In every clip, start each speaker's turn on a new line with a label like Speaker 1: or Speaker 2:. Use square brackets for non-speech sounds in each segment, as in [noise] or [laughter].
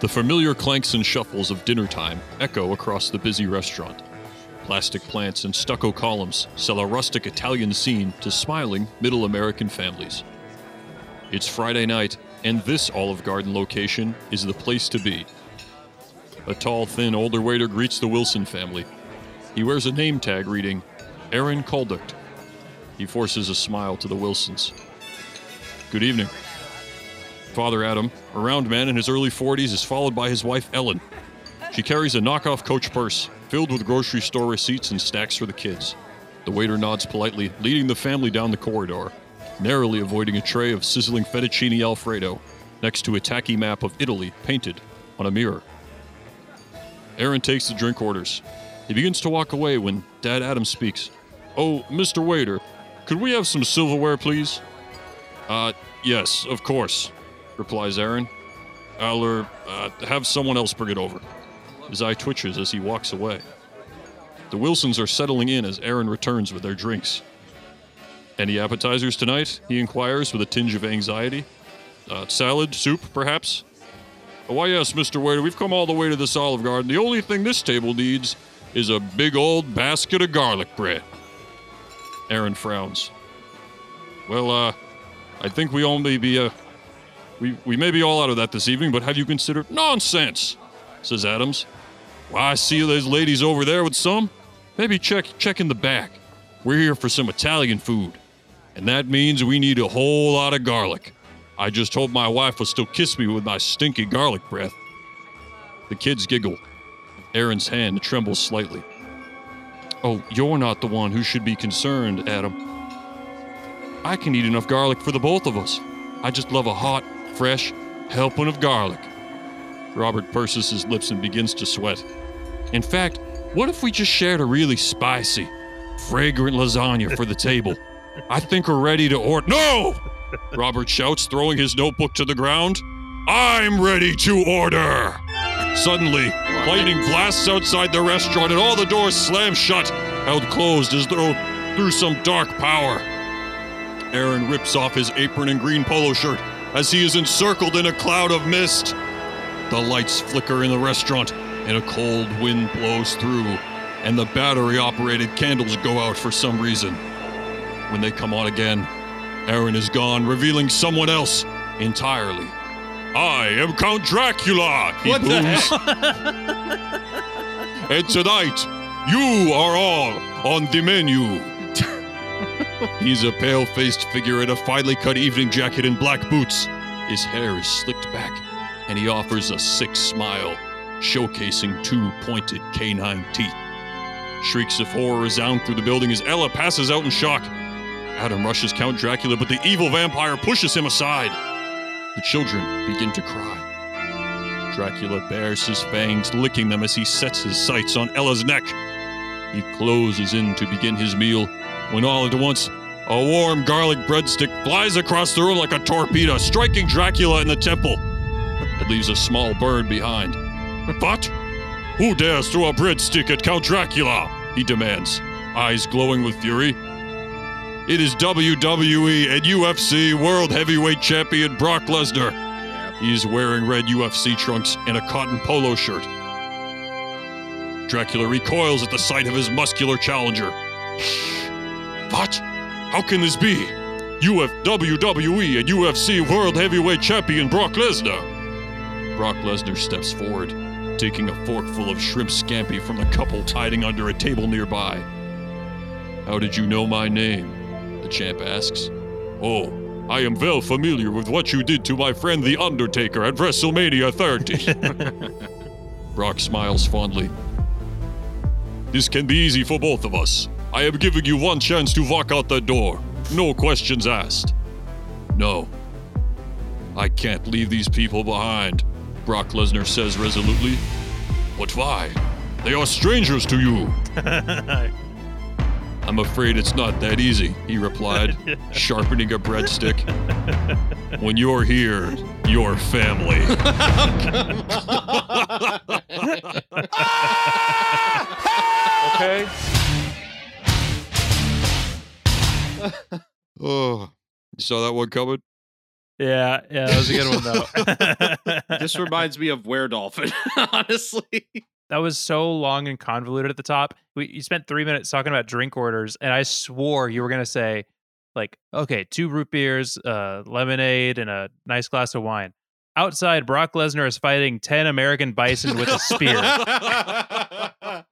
Speaker 1: The familiar clanks and shuffles of dinner time echo across the busy restaurant. Plastic plants and stucco columns sell a rustic Italian scene to smiling middle American families. It's Friday night, and this Olive Garden location is the place to be. A tall, thin older waiter greets the Wilson family. He wears a name tag reading, Aaron Colduct. He forces a smile to the Wilsons. Good evening. Father Adam, a round man in his early 40s, is followed by his wife Ellen. She carries a knockoff coach purse filled with grocery store receipts and snacks for the kids. The waiter nods politely, leading the family down the corridor, narrowly avoiding a tray of sizzling fettuccine alfredo next to a tacky map of Italy painted on a mirror. Aaron takes the drink orders. He begins to walk away when Dad Adam speaks. Oh, Mr. Waiter, could we have some silverware, please? Uh, yes, of course, replies Aaron. I'll er, uh, have someone else bring it over. His eye twitches as he walks away. The Wilsons are settling in as Aaron returns with their drinks. Any appetizers tonight? He inquires with a tinge of anxiety. Uh, salad, soup, perhaps? Oh, Why, yes, Mr. Waiter, we've come all the way to this Olive Garden. The only thing this table needs is a big old basket of garlic bread. Aaron frowns. Well, uh, I think we all may be, uh, we, we may be all out of that this evening, but have you considered nonsense? says Adams. Why, I see those ladies over there with some. Maybe check check in the back. We're here for some Italian food, and that means we need a whole lot of garlic. I just hope my wife will still kiss me with my stinky garlic breath. The kids giggle. Aaron's hand trembles slightly. Oh, you're not the one who should be concerned, Adam. I can eat enough garlic for the both of us. I just love a hot, fresh helping of garlic. Robert purses his lips and begins to sweat. In fact, what if we just shared a really spicy, fragrant lasagna for the table? I think we're ready to order. No! Robert shouts, throwing his notebook to the ground. I'm ready to order! Suddenly, lightning blasts outside the restaurant and all the doors slam shut, held closed as though through some dark power. Aaron rips off his apron and green polo shirt as he is encircled in a cloud of mist. The lights flicker in the restaurant, and a cold wind blows through, and the battery operated candles go out for some reason. When they come on again, Aaron is gone, revealing someone else entirely. I am Count Dracula, he
Speaker 2: What the
Speaker 1: booms. and tonight, you are all on the menu. He's a pale faced figure in a finely cut evening jacket and black boots. His hair is slicked back, and he offers a sick smile, showcasing two pointed canine teeth. Shrieks of horror resound through the building as Ella passes out in shock. Adam rushes Count Dracula, but the evil vampire pushes him aside. The children begin to cry. Dracula bares his fangs, licking them as he sets his sights on Ella's neck. He closes in to begin his meal when all at once, a warm garlic breadstick flies across the room like a torpedo, striking Dracula in the temple. It leaves a small bird behind. But who dares throw a breadstick at Count Dracula? He demands, eyes glowing with fury. It is WWE and UFC World Heavyweight Champion Brock Lesnar. He's wearing red UFC trunks and a cotton polo shirt. Dracula recoils at the sight of his muscular challenger. What? How can this be? UF WWE E and UFC World Heavyweight Champion Brock Lesnar. Brock Lesnar steps forward, taking a forkful of shrimp scampi from the couple hiding under a table nearby. How did you know my name? The champ asks. Oh, I am well familiar with what you did to my friend The Undertaker at WrestleMania 30. Brock smiles fondly. This can be easy for both of us. I am giving you one chance to walk out the door. No questions asked. No. I can't leave these people behind, Brock Lesnar says resolutely. But why? They are strangers to you. I'm afraid it's not that easy, he replied, sharpening a breadstick. When you're here, you're family.
Speaker 3: Okay.
Speaker 1: Oh, you saw that one coming?
Speaker 2: Yeah, yeah, that was a good one though.
Speaker 4: [laughs] this reminds me of Were Dolphin, [laughs] honestly.
Speaker 2: that was so long and convoluted at the top. We you spent three minutes talking about drink orders, and I swore you were gonna say, like, okay, two root beers, uh, lemonade, and a nice glass of wine. Outside, Brock Lesnar is fighting ten American bison with a
Speaker 4: [laughs]
Speaker 2: spear,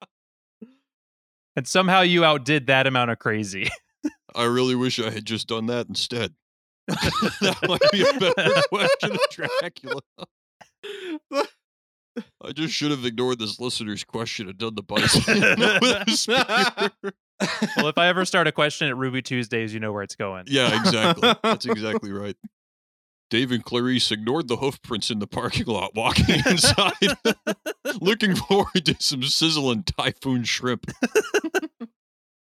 Speaker 2: and somehow you outdid that amount of crazy. [laughs]
Speaker 1: I really wish I had just done that instead. that might be a better question of Dracula. I just should have ignored this listener's question and done the bison. with a spear.
Speaker 2: well, if I ever start a question at Ruby Tuesdays, you know where it's going.
Speaker 1: Yeah, exactly. That's exactly right. Dave and Clarice ignored the hoofprints in the parking lot, walking inside, looking forward to some sizzling typhoon shrimp.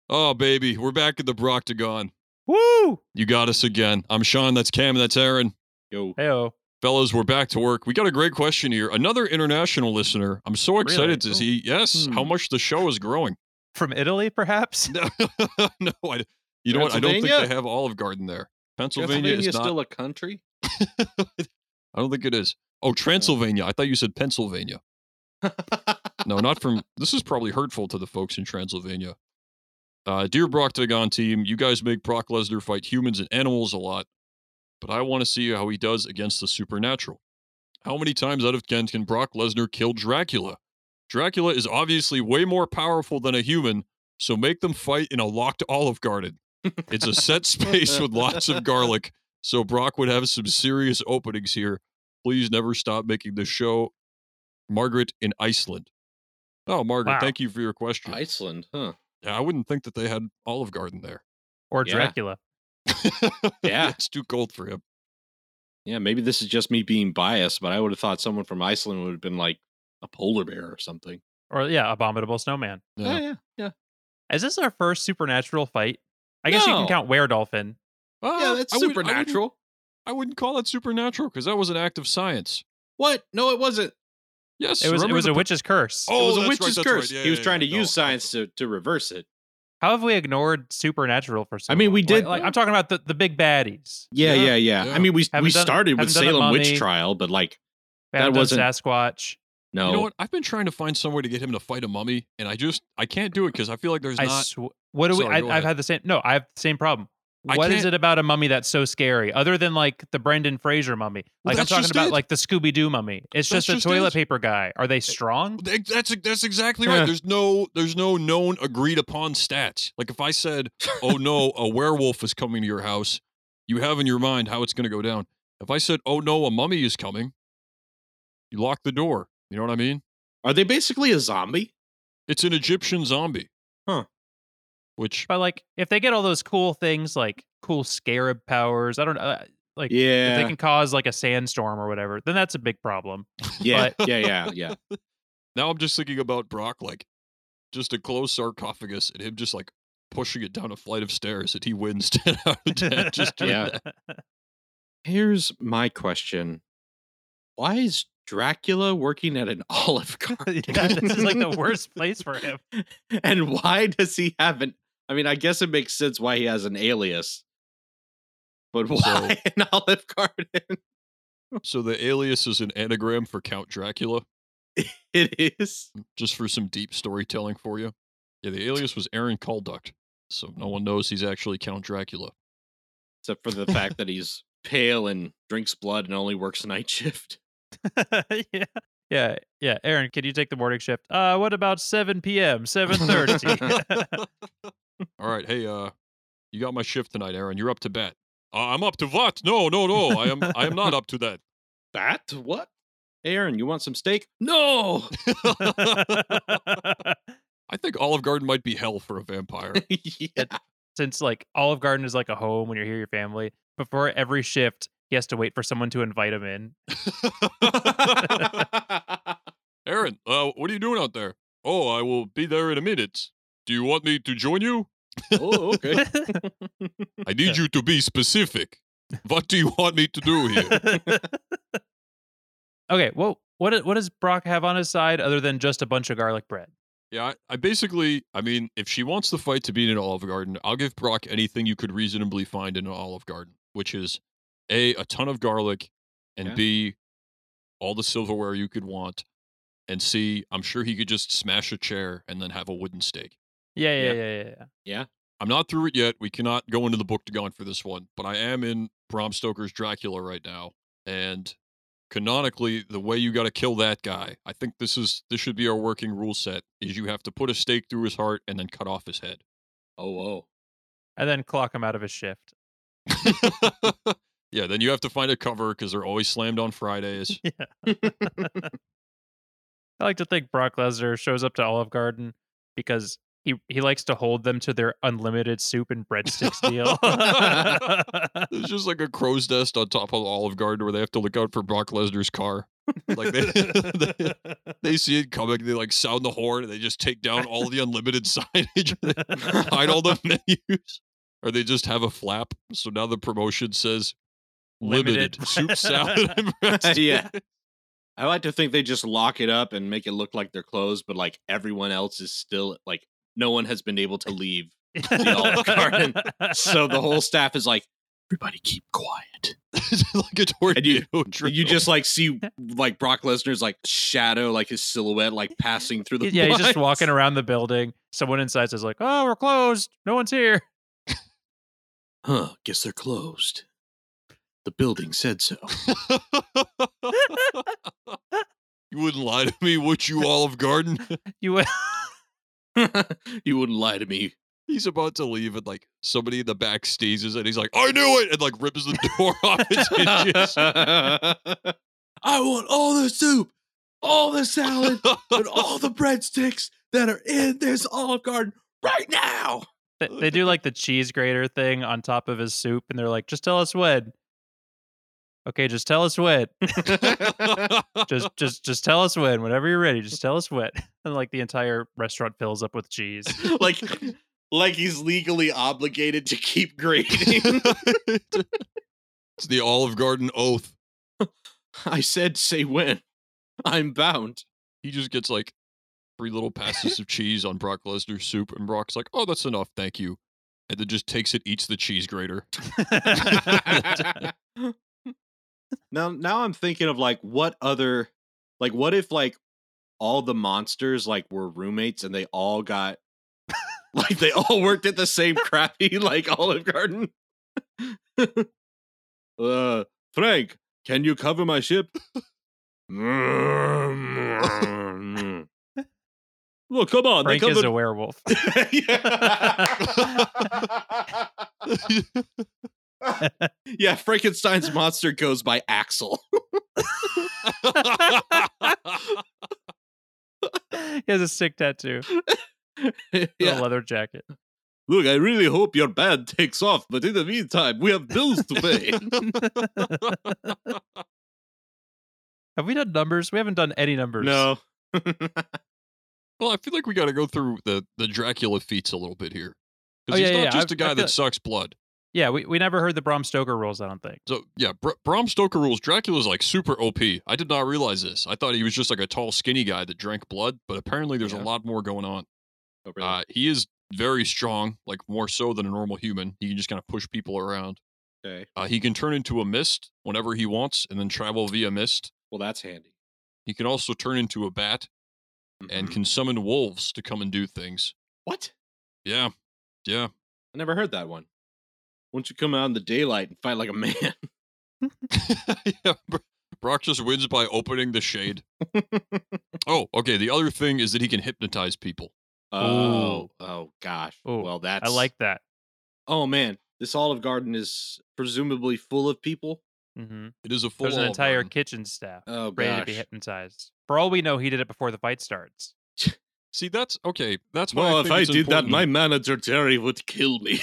Speaker 1: oh, baby, we're back at the Broctagon.
Speaker 2: Woo!
Speaker 1: You got us again. I'm Sean. That's Cam. That's Aaron.
Speaker 4: Yo.
Speaker 2: Heyo.
Speaker 1: Fellas, we're back to work. We got a great question here. Another international listener. I'm so excited
Speaker 2: Really?
Speaker 1: to
Speaker 2: Oh.
Speaker 1: see, yes, how much the show is growing. [laughs]
Speaker 2: From Italy, perhaps?
Speaker 1: No, no I, you know what? I don't think
Speaker 4: Pennsylvania?
Speaker 1: they have Olive Garden there. Pennsylvania,
Speaker 4: Pennsylvania
Speaker 1: is
Speaker 4: is
Speaker 1: not
Speaker 4: still a country?
Speaker 1: I don't think it is. Oh, Transylvania. I thought you said Pennsylvania. no, not from. This is probably hurtful to the folks in Transylvania. Uh, dear Brock Dagon team, you guys make Brock Lesnar fight humans and animals a lot, but I want to see how he does against the supernatural. How many times out of 10 can Brock Lesnar kill Dracula? Dracula is obviously way more powerful than a human, so make them fight in a locked olive garden. It's a set space with lots of garlic, so Brock would have some serious openings here. Please never stop making this show. Margaret in Iceland. Oh, Margaret,
Speaker 2: Wow.
Speaker 1: thank you for your question.
Speaker 4: Iceland, huh?
Speaker 1: Yeah, I wouldn't think that they had Olive Garden there. [laughs]
Speaker 2: Or
Speaker 4: Yeah.
Speaker 2: Dracula.
Speaker 4: Yeah.
Speaker 1: it's too cold for him.
Speaker 4: Yeah, maybe this is just me being biased, but I would have thought someone from Iceland would have been like a polar bear or something.
Speaker 2: Or, yeah, Abominable Snowman.
Speaker 1: Yeah.
Speaker 4: yeah. Yeah,
Speaker 2: Is this our first supernatural fight? I guess you can
Speaker 4: No.
Speaker 2: count Were Dolphin.
Speaker 1: Uh,
Speaker 4: that's
Speaker 1: I would- I wouldn't-
Speaker 4: supernatural.
Speaker 1: I wouldn't, call it supernatural because that was an act of science.
Speaker 4: what? No, it wasn't.
Speaker 1: Yes,
Speaker 2: It was it
Speaker 1: remember
Speaker 2: was
Speaker 1: the
Speaker 2: a
Speaker 1: p-
Speaker 2: witch's curse.
Speaker 1: Oh,
Speaker 4: it was a
Speaker 1: that's right,
Speaker 4: witch's
Speaker 1: that's right.
Speaker 4: curse.
Speaker 1: Yeah,
Speaker 4: he was
Speaker 1: yeah,
Speaker 4: trying to
Speaker 1: yeah. No,
Speaker 4: use
Speaker 1: I-
Speaker 4: science to, to reverse it.
Speaker 2: How have we ignored supernatural for so
Speaker 4: I mean,
Speaker 2: long?
Speaker 4: we
Speaker 2: Like-
Speaker 4: did-
Speaker 2: Like, I'm talking about the, the big baddies.
Speaker 4: Yeah,
Speaker 1: Yeah,
Speaker 4: yeah, yeah.
Speaker 1: yeah.
Speaker 4: I mean, we we
Speaker 2: Haven't done-
Speaker 4: started with
Speaker 2: haven't done the
Speaker 4: Salem witch
Speaker 2: mummy.
Speaker 4: trial, but like,
Speaker 2: We
Speaker 4: That
Speaker 2: haven't done
Speaker 4: wasn't-
Speaker 2: Sasquatch.
Speaker 4: no,
Speaker 1: You know what? I've been trying to find some way to get him to fight a mummy, and I just I can't do it because I feel like there's
Speaker 2: I
Speaker 1: not.
Speaker 2: sw- what do we?
Speaker 1: Sorry,
Speaker 2: I,
Speaker 1: go
Speaker 2: I've
Speaker 1: ahead.
Speaker 2: had the same. No, I have the same problem.
Speaker 1: I
Speaker 2: What is
Speaker 1: can't-
Speaker 2: it about a mummy that's so scary? Other than like the Brendan Fraser mummy,
Speaker 1: Well,
Speaker 2: like I'm
Speaker 1: that's
Speaker 2: talking
Speaker 1: just
Speaker 2: about
Speaker 1: it.
Speaker 2: like the Scooby Doo mummy. It's
Speaker 1: That's
Speaker 2: just a
Speaker 1: just
Speaker 2: toilet
Speaker 1: it.
Speaker 2: paper guy. Are they strong?
Speaker 1: Th- That's e-, that's exactly right.
Speaker 2: Yeah.
Speaker 1: There's no there's no known agreed upon stats. Like if I said, "Oh no, a werewolf is coming to your house," you have in your mind how it's going to go down. If I said, "Oh no, a mummy is coming," you lock the door. You know what I mean?
Speaker 4: are they basically a zombie?
Speaker 1: It's an Egyptian zombie.
Speaker 4: Huh.
Speaker 1: Which
Speaker 2: But like, if they get all those cool things, like cool scarab powers, I don't know, uh, like if they
Speaker 4: Yeah,
Speaker 2: can cause like a sandstorm or whatever, then that's a big problem.
Speaker 4: yeah, yeah, yeah, yeah.
Speaker 1: now I'm just thinking about Brock, like just a closed sarcophagus and him just like pushing it down a flight of stairs and he wins [laughs] 10 out of 10.
Speaker 2: [laughs]
Speaker 1: Just doing
Speaker 4: [laughs] Yeah.
Speaker 1: that.
Speaker 4: Here's my question: Why is Dracula working at an [laughs] Olive Garden?
Speaker 2: Yeah, this is like the worst place for him.
Speaker 4: [laughs] and why does he have an? I mean, I guess it makes sense why he has an alias, but why [laughs] an Olive [laughs]
Speaker 1: [laughs]
Speaker 4: Garden?
Speaker 1: So the alias is an anagram for Count Dracula.
Speaker 4: It is.
Speaker 1: just for some deep storytelling for you. Yeah, the alias was Aaron Calduct, so no one knows he's actually Count Dracula.
Speaker 4: except for the fact that he's pale and drinks blood and only works night shift.
Speaker 2: yeah. [laughs] Yeah, yeah. Aaron, can you take the morning shift? Uh, what about 7 p.m., 7.30?
Speaker 1: All right, hey, uh, you got my shift tonight, Aaron. You're up to bat. Uh, I'm up to what? No, no, no. I am. I am not up to that.
Speaker 4: That what? Aaron, you want some steak? No.
Speaker 1: I think Olive Garden might be hell for a vampire.
Speaker 4: [laughs] yeah.
Speaker 2: [laughs]
Speaker 4: [laughs]
Speaker 2: Since like Olive Garden is like a home when you're here, with your family, before every shift, he has to wait for someone to invite him in. [laughs]
Speaker 1: Aaron, uh, what are you doing out there? Oh, I will be there in a minute. Do you want me to join you?
Speaker 4: oh, [laughs] okay.
Speaker 1: I need you to be specific. What do you want me to do here?
Speaker 2: okay, well, what, what does Brock have on his side other than just a bunch of garlic bread?
Speaker 1: Yeah, I, I basically, I mean, if she wants the fight to be in an Olive Garden, I'll give Brock anything you could reasonably find in an Olive Garden, which is A, a ton of garlic, and
Speaker 4: Yeah.
Speaker 1: B, all the silverware you could want, and C, I'm sure he could just smash a chair and then have a wooden stake.
Speaker 2: Yeah, yeah,
Speaker 4: Yeah.
Speaker 2: yeah, yeah. yeah.
Speaker 1: I'm not through it yet. We cannot go into the Booktagon for this one, but I am in Bram Stoker's Dracula right now, and canonically, the way you got to kill that guy, I think this is this should be our working rule set: is you have to put a stake through his heart and then cut off his head. [laughs]
Speaker 4: Oh, whoa.
Speaker 2: And then clock him out of his shift.
Speaker 1: yeah, then you have to find a cover because they're always slammed on Fridays.
Speaker 2: Yeah. I like to think Brock Lesnar shows up to Olive Garden because he he likes to hold them to their unlimited soup and breadsticks
Speaker 4: [laughs]
Speaker 2: deal.
Speaker 1: It's just like a crow's nest on top of the Olive Garden where they have to look out for Brock Lesnar's car. Like
Speaker 4: [laughs]
Speaker 1: they, they, they see it coming, they like sound the horn, and they just take down all the unlimited [laughs] signage, They hide all
Speaker 4: [laughs]
Speaker 1: the menus, or they just have a flap. So now the promotion says limited, [laughs]
Speaker 2: Limited.
Speaker 1: soup,
Speaker 4: [laughs]
Speaker 1: salad, and
Speaker 2: [laughs]
Speaker 1: breadsticks.
Speaker 4: yeah. I like to think they just lock it up and make it look like they're closed, but like everyone else is still like no one has been able to leave. the Olive Garden. So the whole staff is like, everybody keep quiet.
Speaker 1: [laughs] It's like a
Speaker 4: And you-
Speaker 1: tornado.
Speaker 4: You just like
Speaker 2: [laughs]
Speaker 4: see like Brock Lesnar's like shadow, like his silhouette, like passing through the
Speaker 2: [laughs] yeah, he's just
Speaker 4: blinds.
Speaker 2: walking around the building. Someone inside says like, "Oh, we're closed. No one's here." [laughs]
Speaker 4: Huh, guess they're closed. The building said
Speaker 2: [laughs]
Speaker 4: so.
Speaker 1: [laughs]
Speaker 4: [laughs]
Speaker 1: you wouldn't lie to me, would you, Olive Garden? [laughs]
Speaker 2: You
Speaker 4: you wouldn't lie to me. [laughs]
Speaker 1: He's about to leave, and like somebody in the back sneezes, and he's like, "I knew it!" and like rips the door [laughs] off its hinges.
Speaker 4: I want all the soup, all the salad, and all the breadsticks that are in this Olive Garden right now.
Speaker 2: [laughs] they, they do like the cheese grater thing on top of his soup, and they're like, "Just tell us when." Okay, just tell us when.
Speaker 4: [laughs]
Speaker 1: [laughs]
Speaker 2: just just just tell us when. Whenever you're ready, just tell us when. [laughs] And like the entire restaurant fills up
Speaker 4: [laughs]
Speaker 2: with cheese.
Speaker 4: like, like he's legally obligated to [laughs] keep grading.
Speaker 1: it's the Olive Garden oath.
Speaker 4: I said, say when. I'm bound.
Speaker 1: He just gets like three little passes of cheese on Brock Lesnar's soup, and Brock's like, "Oh, that's enough, thank you," and then just takes it, eats the cheese
Speaker 2: [laughs]
Speaker 1: grater. [laughs]
Speaker 4: now, now I'm thinking of like what other, like what if like all the monsters like were roommates and they all got, [laughs] like they all worked at the
Speaker 2: [laughs]
Speaker 4: same crappy like Olive Garden. [laughs] uh, Frank, can you cover my ship? Look, Mm-hmm. come on,
Speaker 2: Frank
Speaker 4: they
Speaker 2: is
Speaker 4: covered [laughs]
Speaker 2: a werewolf. [laughs]
Speaker 4: yeah, Frankenstein's monster goes by Axel. [laughs]
Speaker 2: he has a
Speaker 4: [laughs]
Speaker 2: sick tattoo. Yeah. A leather jacket. [laughs]
Speaker 4: Look, I really hope your band [laughs] takes off, but in the meantime, we have bills to
Speaker 2: [laughs]
Speaker 4: pay.
Speaker 2: Have we done numbers? We haven't done any numbers.
Speaker 4: no.
Speaker 1: Well, I feel like we got to go through the the Dracula feats a little bit here,
Speaker 2: Oh,
Speaker 1: because he's
Speaker 2: yeah,
Speaker 1: not
Speaker 2: yeah,
Speaker 1: just
Speaker 2: I-
Speaker 1: a guy
Speaker 2: I
Speaker 1: that
Speaker 2: feel-
Speaker 1: sucks blood.
Speaker 2: Yeah, we, we never heard the Bram Stoker rules, I don't think.
Speaker 1: So yeah, Br- Bram Stoker rules. Dracula's like super OP. I did not realize this. I thought he was just like a tall, skinny guy that drank blood, but apparently there's
Speaker 4: Yeah.
Speaker 1: a lot more going on.
Speaker 2: Oh,
Speaker 4: Ah,
Speaker 1: Uh, he is very strong, like more so than a normal human. He can just kind of push people around.
Speaker 4: okay.
Speaker 1: Uh, he can turn into a mist whenever he wants, and then travel via mist.
Speaker 4: Well, that's handy.
Speaker 1: He can also turn into a bat
Speaker 2: Mm-hmm.
Speaker 1: and can summon wolves to come and do things.
Speaker 4: what?
Speaker 1: Yeah, [laughs] yeah.
Speaker 4: I never heard that one. Once you come out in the daylight and fight like a [laughs] man.
Speaker 1: yeah, Bro- Brock just wins by opening the
Speaker 2: [laughs]
Speaker 1: shade. oh, okay. The other thing is that he can hypnotize people.
Speaker 4: Oh, oh gosh.
Speaker 2: Ooh,
Speaker 4: well, that's
Speaker 2: I like that.
Speaker 4: Oh man, this Olive Garden is presumably full of people.
Speaker 2: hmm
Speaker 1: It is a full.
Speaker 2: There's an
Speaker 1: Olive
Speaker 2: entire
Speaker 1: Garden.
Speaker 2: kitchen staff
Speaker 4: Oh
Speaker 2: ready to be hypnotized. For all we know, he did it before the fight starts.
Speaker 1: See, that's okay. That's why. think it's important.
Speaker 4: manager Jerry would kill
Speaker 2: [laughs]
Speaker 4: me.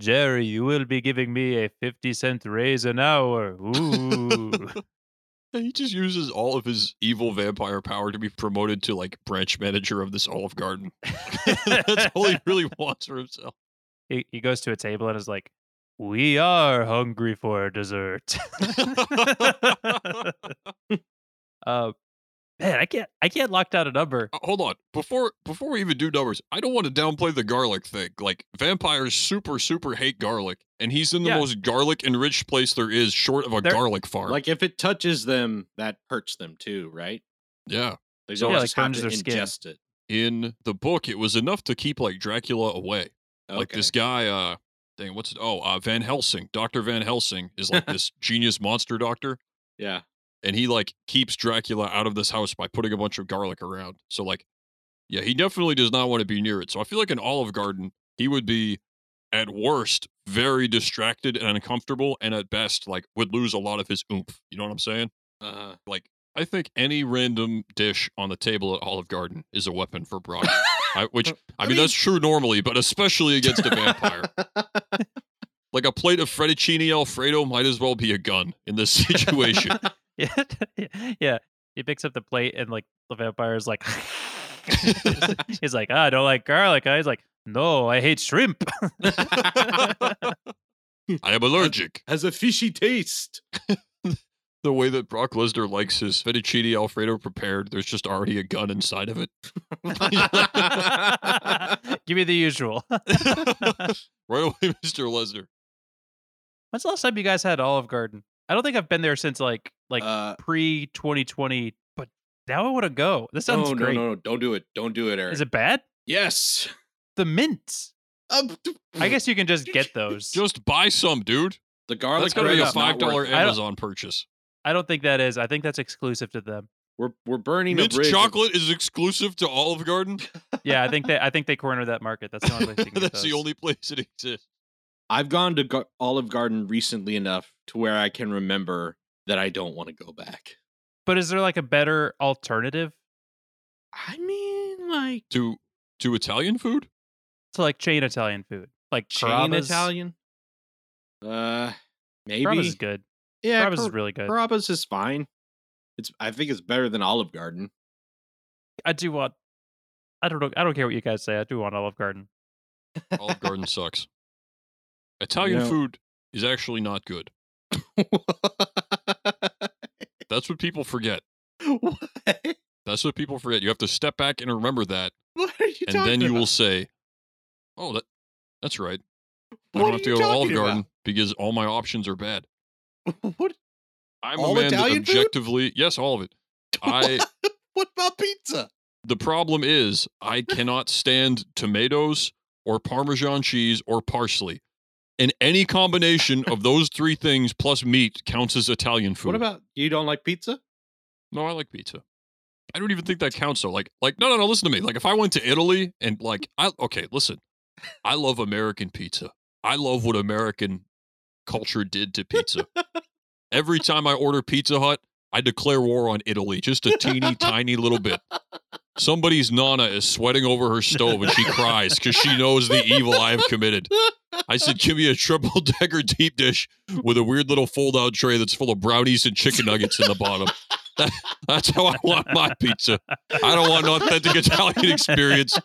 Speaker 2: Jerry, you will be giving me a 50 cent raise an hour. Ooh.
Speaker 1: [laughs] he just uses all of his evil vampire power to be promoted to like branch manager of this Olive Garden. [laughs] that's all he really wants for himself.
Speaker 2: [laughs] he, he goes to a table and is like, "We are hungry [laughs] for dessert." uh, man, I can't I can't lock down a number.
Speaker 1: Uh, hold on before before we even do numbers i don't want to downplay the garlic thing like vampires super super hate garlic and he's in the
Speaker 2: Yeah.
Speaker 1: most garlic enriched place there is short of a
Speaker 2: They're-
Speaker 1: garlic farm
Speaker 4: Like if it touches them, that hurts them too, right?
Speaker 1: yeah
Speaker 4: They
Speaker 2: So,
Speaker 4: don't
Speaker 2: yeah,
Speaker 4: just
Speaker 2: like,
Speaker 4: have
Speaker 2: burns
Speaker 4: to
Speaker 2: their skin.
Speaker 4: ingest it.
Speaker 1: in the book it was enough to keep like dracula away like
Speaker 4: Okay.
Speaker 1: this guy uh dang what's oh uh, van helsing dr van helsing is like this genius monster doctor
Speaker 4: Yeah.
Speaker 1: and he like keeps dracula out of this house by putting a bunch of garlic around so like yeah he definitely does not want to be near it so i feel like in olive garden he would be at worst very distracted and uncomfortable and at best like would lose a lot of his oomph you know what i'm saying
Speaker 4: Uh,
Speaker 1: like i think any random dish on the table at olive garden is a weapon for brock I, which [laughs] I,
Speaker 4: I
Speaker 1: mean,
Speaker 4: mean-
Speaker 1: that's true normally, but especially against a vampire. like a plate of fettuccine alfredo might as well be a gun in this [laughs] situation.
Speaker 2: Yeah, [laughs] yeah. He picks up the plate and like the vampire's like, [laughs] he's like, ah, I don't like garlic. huh?" He's like, no, I hate shrimp.
Speaker 1: I [laughs] am allergic.
Speaker 4: [laughs] Has a fishy taste.
Speaker 2: [laughs]
Speaker 1: The way that Brock Lesnar likes his fettuccine alfredo prepared, there's just already a gun inside of it. [laughs]
Speaker 2: [laughs] Give me the usual.
Speaker 1: Right away, Mr. Lesnar.
Speaker 2: When's the last time you guys had Olive Garden? I don't think I've been there since like like
Speaker 4: uh,
Speaker 2: pre 2020. But now I want to go. This sounds
Speaker 4: Oh, no,
Speaker 2: great.
Speaker 4: no, no, no. Don't do it. Don't do it, Eric.
Speaker 2: Is it bad?
Speaker 4: yes.
Speaker 2: The mints.
Speaker 4: Um,
Speaker 2: I guess you can just get those.
Speaker 1: Just buy some, dude.
Speaker 4: the garlic
Speaker 1: That's going to be a
Speaker 4: bread's not
Speaker 1: $5
Speaker 4: worth it.
Speaker 2: I don't-
Speaker 1: Amazon purchase.
Speaker 2: I don't think that is. I think that's exclusive to them.
Speaker 4: We're we're burning
Speaker 1: Mint
Speaker 4: a bridge.
Speaker 1: chocolate is exclusive to Olive Garden.
Speaker 2: Yeah, I think they I think they cornered that market. That's the
Speaker 1: [laughs]
Speaker 2: only place you can get
Speaker 1: That's the
Speaker 2: those.
Speaker 1: only place it exists.
Speaker 4: I've gone to Gar- Olive Garden recently enough to where I can remember that I don't want to go back.
Speaker 2: But is there like a better alternative
Speaker 4: I mean, like
Speaker 1: To to Italian food?
Speaker 2: to like chain Italian food? Like
Speaker 4: chain
Speaker 2: Carrabba's?
Speaker 4: Italian. Uh, maybe.
Speaker 2: Carrabba's is good.
Speaker 4: Yeah,
Speaker 2: Carrabba's is
Speaker 4: Car-
Speaker 2: really good.
Speaker 4: Carrabba's is fine. It's I think it's better than Olive Garden.
Speaker 2: I do want. I don't know. I don't care what you guys say. I do want Olive Garden.
Speaker 1: Olive
Speaker 4: [laughs]
Speaker 1: Garden sucks. Italian
Speaker 4: No.
Speaker 1: food is actually not good.
Speaker 4: [laughs]
Speaker 1: That's what people forget.
Speaker 4: what?
Speaker 1: That's what people forget. You have to step back and remember that,
Speaker 4: What are you
Speaker 1: and then you will say, "Oh, that that's right. I
Speaker 4: What
Speaker 1: don't
Speaker 4: are
Speaker 1: have to
Speaker 4: you
Speaker 1: go to Olive
Speaker 4: talking about?
Speaker 1: Garden because all my options are bad."
Speaker 4: will. [laughs] What?
Speaker 1: I'm
Speaker 4: All
Speaker 1: a man
Speaker 4: Italian
Speaker 1: that
Speaker 4: food?
Speaker 1: objectively, yes, all of it.
Speaker 4: [laughs]
Speaker 1: I
Speaker 4: What about pizza?
Speaker 1: the problem is I cannot stand tomatoes or Parmesan cheese or parsley. And any combination of those three things plus meat counts as Italian food.
Speaker 4: What about you? Don't like pizza?
Speaker 1: No, I like pizza. I don't even think that counts though. Like, like no, no, no. Listen to me. Like, if I went to Italy and like, I okay, listen. I love American pizza. I love what American culture did to pizza. Every time I order Pizza Hut, I declare war on Italy just a teeny tiny little bit. Somebody's nana is sweating over her stove and she cries because she knows the evil I have committed. I said, give me a triple decker deep dish with a weird little fold out tray that's full of brownies and chicken nuggets in the bottom. That's how I want my pizza. I don't want an authentic Italian
Speaker 4: [laughs]
Speaker 1: experience.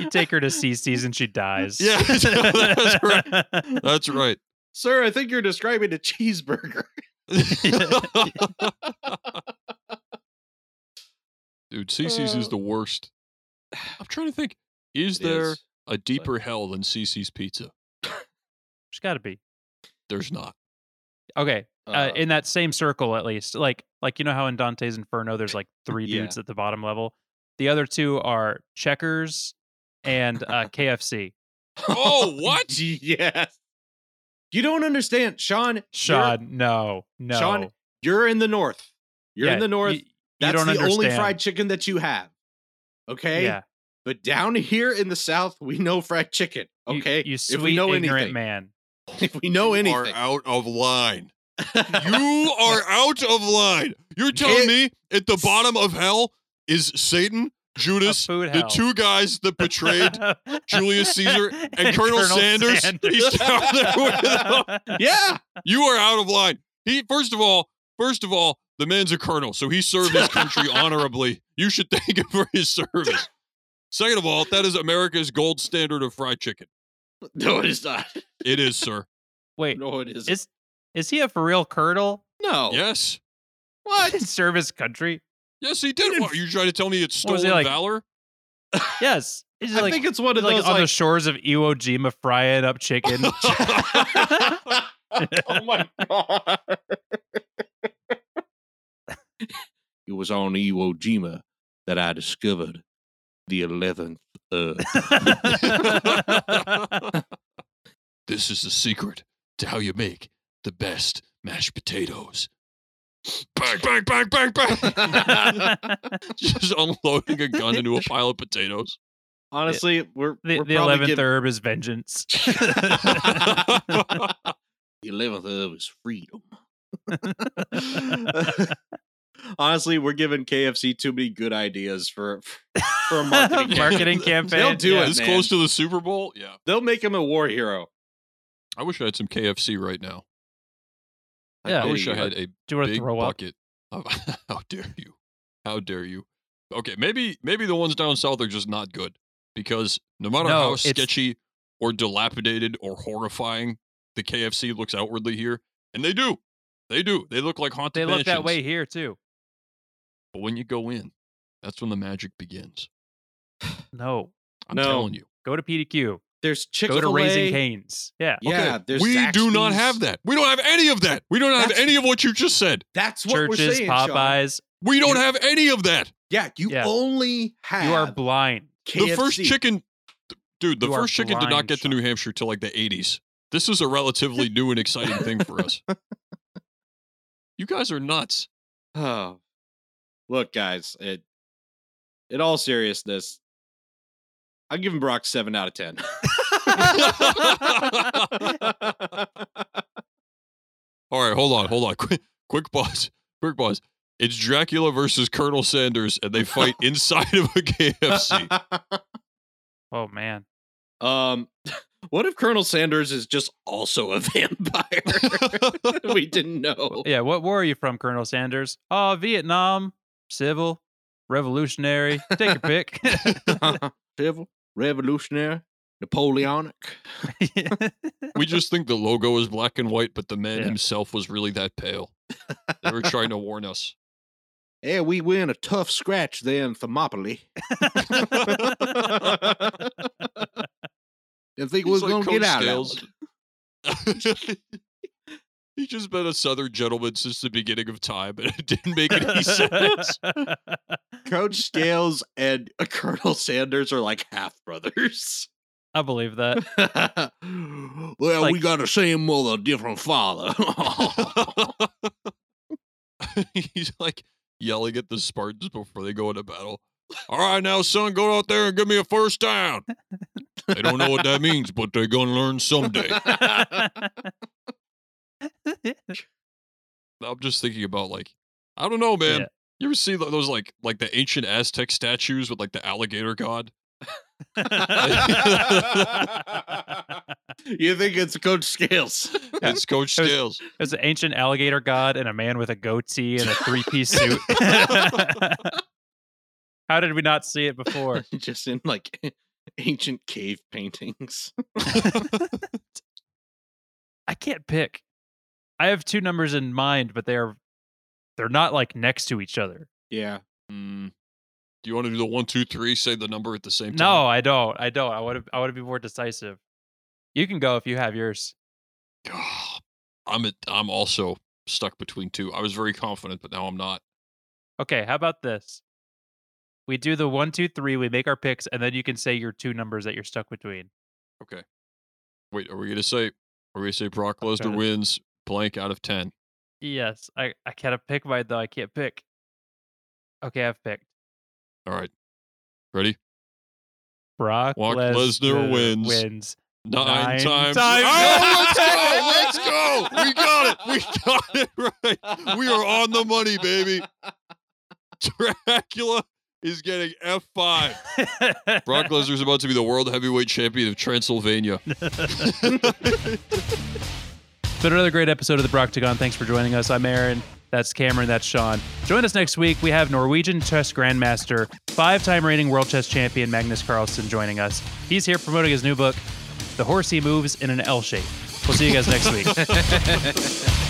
Speaker 2: You take her to CC's and she dies.
Speaker 1: Yeah, [laughs] that's
Speaker 2: [laughs]
Speaker 1: right. That's
Speaker 4: [laughs]
Speaker 1: right.
Speaker 4: Sir, I think you're describing a cheeseburger.
Speaker 1: [laughs] Dude, CC's is
Speaker 4: Uh,
Speaker 1: the worst. I'm trying to think. Is
Speaker 4: It
Speaker 1: there
Speaker 4: is.
Speaker 1: a deeper hell than CC's pizza?
Speaker 2: She's got to be
Speaker 1: There's not.
Speaker 4: [laughs]
Speaker 2: okay.
Speaker 4: Uh,
Speaker 2: uh,
Speaker 4: [laughs]
Speaker 2: in that same circle at least. Like like you know how in Dante's Inferno there's
Speaker 4: [laughs]
Speaker 2: like three
Speaker 4: Yeah.
Speaker 2: dudes at the bottom level. The other two are Checkers
Speaker 4: [laughs]
Speaker 2: and uh, KFC.
Speaker 1: Oh, what?
Speaker 4: yes. You don't understand, Sean.
Speaker 2: Sean, no, no.
Speaker 4: Sean, You're, you're in the north. You're
Speaker 2: Yeah,
Speaker 4: in the north.
Speaker 2: You, you
Speaker 4: That's
Speaker 2: don't
Speaker 4: the
Speaker 2: understand.
Speaker 4: only fried chicken that you have. Okay.
Speaker 2: Yeah,
Speaker 4: But down here in the south, we know fried chicken.
Speaker 2: you-
Speaker 4: Okay.
Speaker 2: you, sweet
Speaker 4: if we know
Speaker 2: ignorant
Speaker 4: anything,
Speaker 2: man.
Speaker 4: [laughs] if we know
Speaker 1: You are
Speaker 4: anything,
Speaker 1: out of line. You are out of line. You're telling me at the bottom of hell is Satan,
Speaker 2: A
Speaker 1: Judas,
Speaker 2: food
Speaker 1: the
Speaker 2: hell.
Speaker 1: two guys that
Speaker 2: [laughs]
Speaker 1: betrayed Julius Caesar and, Colonel, Sanders. He's down there with them.
Speaker 4: [laughs] yeah.
Speaker 1: You are out of line. He first of all, first of all, the man's a colonel, so he served his
Speaker 2: [laughs]
Speaker 1: country honorably. You should thank him for his service. Second of all, that is America's gold standard of fried chicken.
Speaker 4: [laughs] No, it is not.
Speaker 1: It is, sir.
Speaker 2: [laughs] [laughs]
Speaker 4: [laughs]
Speaker 2: Wait,
Speaker 4: No, it isn't.
Speaker 2: is is he a for real colonel?
Speaker 4: no.
Speaker 1: Yes.
Speaker 4: What?
Speaker 2: [laughs] Serve his country?
Speaker 1: Yes, he did.
Speaker 4: didn't-
Speaker 1: What, are you trying to tell me it's
Speaker 2: What was
Speaker 1: stolen
Speaker 2: he like?
Speaker 1: valor?
Speaker 2: Yes. It's just
Speaker 4: I
Speaker 2: like,
Speaker 4: think it's one of
Speaker 2: like
Speaker 4: those
Speaker 2: on
Speaker 4: like,
Speaker 2: the shores of Iwo Jima frying
Speaker 4: [laughs]
Speaker 2: up chicken. [laughs]
Speaker 4: oh my god! [laughs] it was on Iwo Jima that I discovered the eleventh Earth.
Speaker 1: This is the secret to how you make the best mashed potatoes. Bang, bang, bang, bang, bang.
Speaker 2: [laughs]
Speaker 1: [laughs] Just unloading a gun into a pile of
Speaker 2: [laughs]
Speaker 1: potatoes.
Speaker 4: Honestly, we're
Speaker 2: the
Speaker 4: we're
Speaker 2: the
Speaker 4: probably
Speaker 2: 11th
Speaker 4: giving-
Speaker 2: herb is vengeance.
Speaker 4: [laughs]
Speaker 1: [laughs]
Speaker 4: The eleventh herb is freedom. [laughs] Honestly, we're giving KFC too many good ideas for for a marketing. [laughs] campaign.
Speaker 2: Marketing campaign.
Speaker 4: They'll do
Speaker 2: yeah.
Speaker 4: it.
Speaker 1: this
Speaker 4: man.
Speaker 1: close to the Super Bowl? Yeah.
Speaker 4: They'll make him a war hero.
Speaker 1: I wish I had some KFC right now. I
Speaker 2: Yeah.
Speaker 4: pity
Speaker 1: wish I
Speaker 4: you.
Speaker 1: had a
Speaker 2: Do you want to
Speaker 1: big
Speaker 2: throw up?
Speaker 1: bucket. Of, [laughs] how dare you? How dare you? Okay, maybe maybe the ones down south are just not good because no matter
Speaker 2: No,
Speaker 1: how
Speaker 2: it's-
Speaker 1: sketchy or dilapidated or horrifying the KFC looks outwardly here, and they do, they do, they look like haunted.
Speaker 2: They look that
Speaker 1: mansions.
Speaker 2: way here too.
Speaker 1: but when you go in, that's when the magic begins.
Speaker 2: No.
Speaker 1: I'm
Speaker 4: No.
Speaker 1: telling you,
Speaker 2: Go to PDQ.
Speaker 4: There's Chick
Speaker 2: Go to
Speaker 4: Fil
Speaker 2: Raising
Speaker 4: A.
Speaker 2: Canes. Yeah.
Speaker 4: Yeah,
Speaker 1: Okay,
Speaker 4: there's
Speaker 1: we do not
Speaker 4: Zaxby's.
Speaker 1: have that. We don't have any of that. We don't have
Speaker 4: That's-
Speaker 1: any of what you just said.
Speaker 4: That's what we're
Speaker 2: Churches,
Speaker 4: saying, Sean.
Speaker 2: Popeyes.
Speaker 1: We don't
Speaker 4: You-
Speaker 1: have any of that.
Speaker 4: Yeah, you
Speaker 2: Yeah.
Speaker 4: only have
Speaker 2: You are blind.
Speaker 1: The first
Speaker 4: KFC.
Speaker 1: chicken, th- dude. The
Speaker 2: You are
Speaker 1: first chicken did not
Speaker 2: blind,
Speaker 1: get to
Speaker 2: Sean.
Speaker 1: New Hampshire till like the '80s. This is a relatively new and exciting thing for
Speaker 2: [laughs]
Speaker 1: us. You guys are nuts.
Speaker 4: Oh. Look, guys, it in all seriousness, I'm giving Brock seven out of ten.
Speaker 1: All right, hold on, hold on. [laughs] Quick, quick pause. Quick pause. It's Dracula versus Colonel Sanders, and they fight
Speaker 2: [laughs]
Speaker 1: inside of a KFC.
Speaker 2: Oh man.
Speaker 4: [laughs] um what if Colonel Sanders is just also a [laughs] vampire? we didn't know.
Speaker 2: Yeah. What war are you from, Colonel Sanders? Oh, Vietnam, civil, revolutionary. Take your [laughs] pick.
Speaker 4: [laughs] Civil, revolutionary, Napoleonic.
Speaker 1: we just think the logo is black and white, but the man
Speaker 2: Yeah.
Speaker 1: himself was really that pale. They were trying to warn us.
Speaker 4: Yeah, Eh, we win a tough scratch there in Thermopylae. Didn't think we was
Speaker 1: He's like
Speaker 4: gonna
Speaker 1: Coach
Speaker 4: get out of
Speaker 1: Scales.
Speaker 4: that. one.
Speaker 1: [laughs] He's just been a southern gentleman since the beginning of time, and it didn't make any
Speaker 4: [laughs]
Speaker 1: sense. [laughs]
Speaker 4: Coach Scales and [laughs] Colonel Sanders are like half brothers. [laughs]
Speaker 2: I
Speaker 1: [laughs]
Speaker 2: believe that. [laughs]
Speaker 4: well, we
Speaker 2: Like-
Speaker 4: got the same mother, different father. [laughs]
Speaker 1: He's like yelling at the Spartans before they go into battle. All right, now, son, go out there and give me a first down. They don't know what that means, but they're gonna learn someday. I'm just thinking about like, I don't know, man.
Speaker 2: Yeah.
Speaker 1: You ever see tho- those like like the ancient Aztec statues with like the alligator god?
Speaker 4: you think it's Coach Scales?
Speaker 1: It's Coach
Speaker 2: It was-
Speaker 1: Scales.
Speaker 2: There's an ancient alligator god and a man with a goatee and a three piece suit. [laughs] How did we not see it before?
Speaker 4: [laughs] Just in like [laughs] ancient cave paintings.
Speaker 2: I can't pick. I have two numbers in mind, but they're they're not like next to each other.
Speaker 4: Yeah.
Speaker 1: Mm. Do you want to do the one, two, three? Say the number at the same time.
Speaker 2: No, I don't. I don't. I would I would be more decisive. You can go if you have yours.
Speaker 1: Ah, I'm at, I'm also stuck between two. I was very confident, but now I'm not.
Speaker 2: Okay, how about this? We do the one, two, three, we make our picks, and then you can say your two numbers that you're stuck between.
Speaker 1: Okay. Wait, are we gonna say? Are we gonna say Brock
Speaker 2: I'm trying
Speaker 1: Lesnar
Speaker 2: to-
Speaker 1: wins blank out of ten?
Speaker 2: Yes. I, I gotta pick mine though. I can't pick. Okay, I've picked.
Speaker 1: All right. Ready?
Speaker 2: Brock
Speaker 1: Brock Lesnar wins.
Speaker 2: wins.
Speaker 1: Nine,
Speaker 2: Nine
Speaker 1: times.
Speaker 2: times.
Speaker 1: Oh, let's
Speaker 2: [laughs]
Speaker 1: go! Let's go! We got it! We got it [laughs] right. We are on the money, baby. Dracula is getting F five.
Speaker 2: [laughs]
Speaker 1: Brock Lesnar is about to be the world heavyweight champion of Transylvania.
Speaker 2: It's been another great episode of the Broctagon. Thanks for joining us. I'm Aaron. That's Cameron. That's Sean. Join us next week. We have Norwegian chess grandmaster, five time reigning world chess champion Magnus Carlsen joining us. He's here promoting
Speaker 1: [laughs]
Speaker 2: his new book, The Horse He Moves in an L Shape. We'll see you guys next week.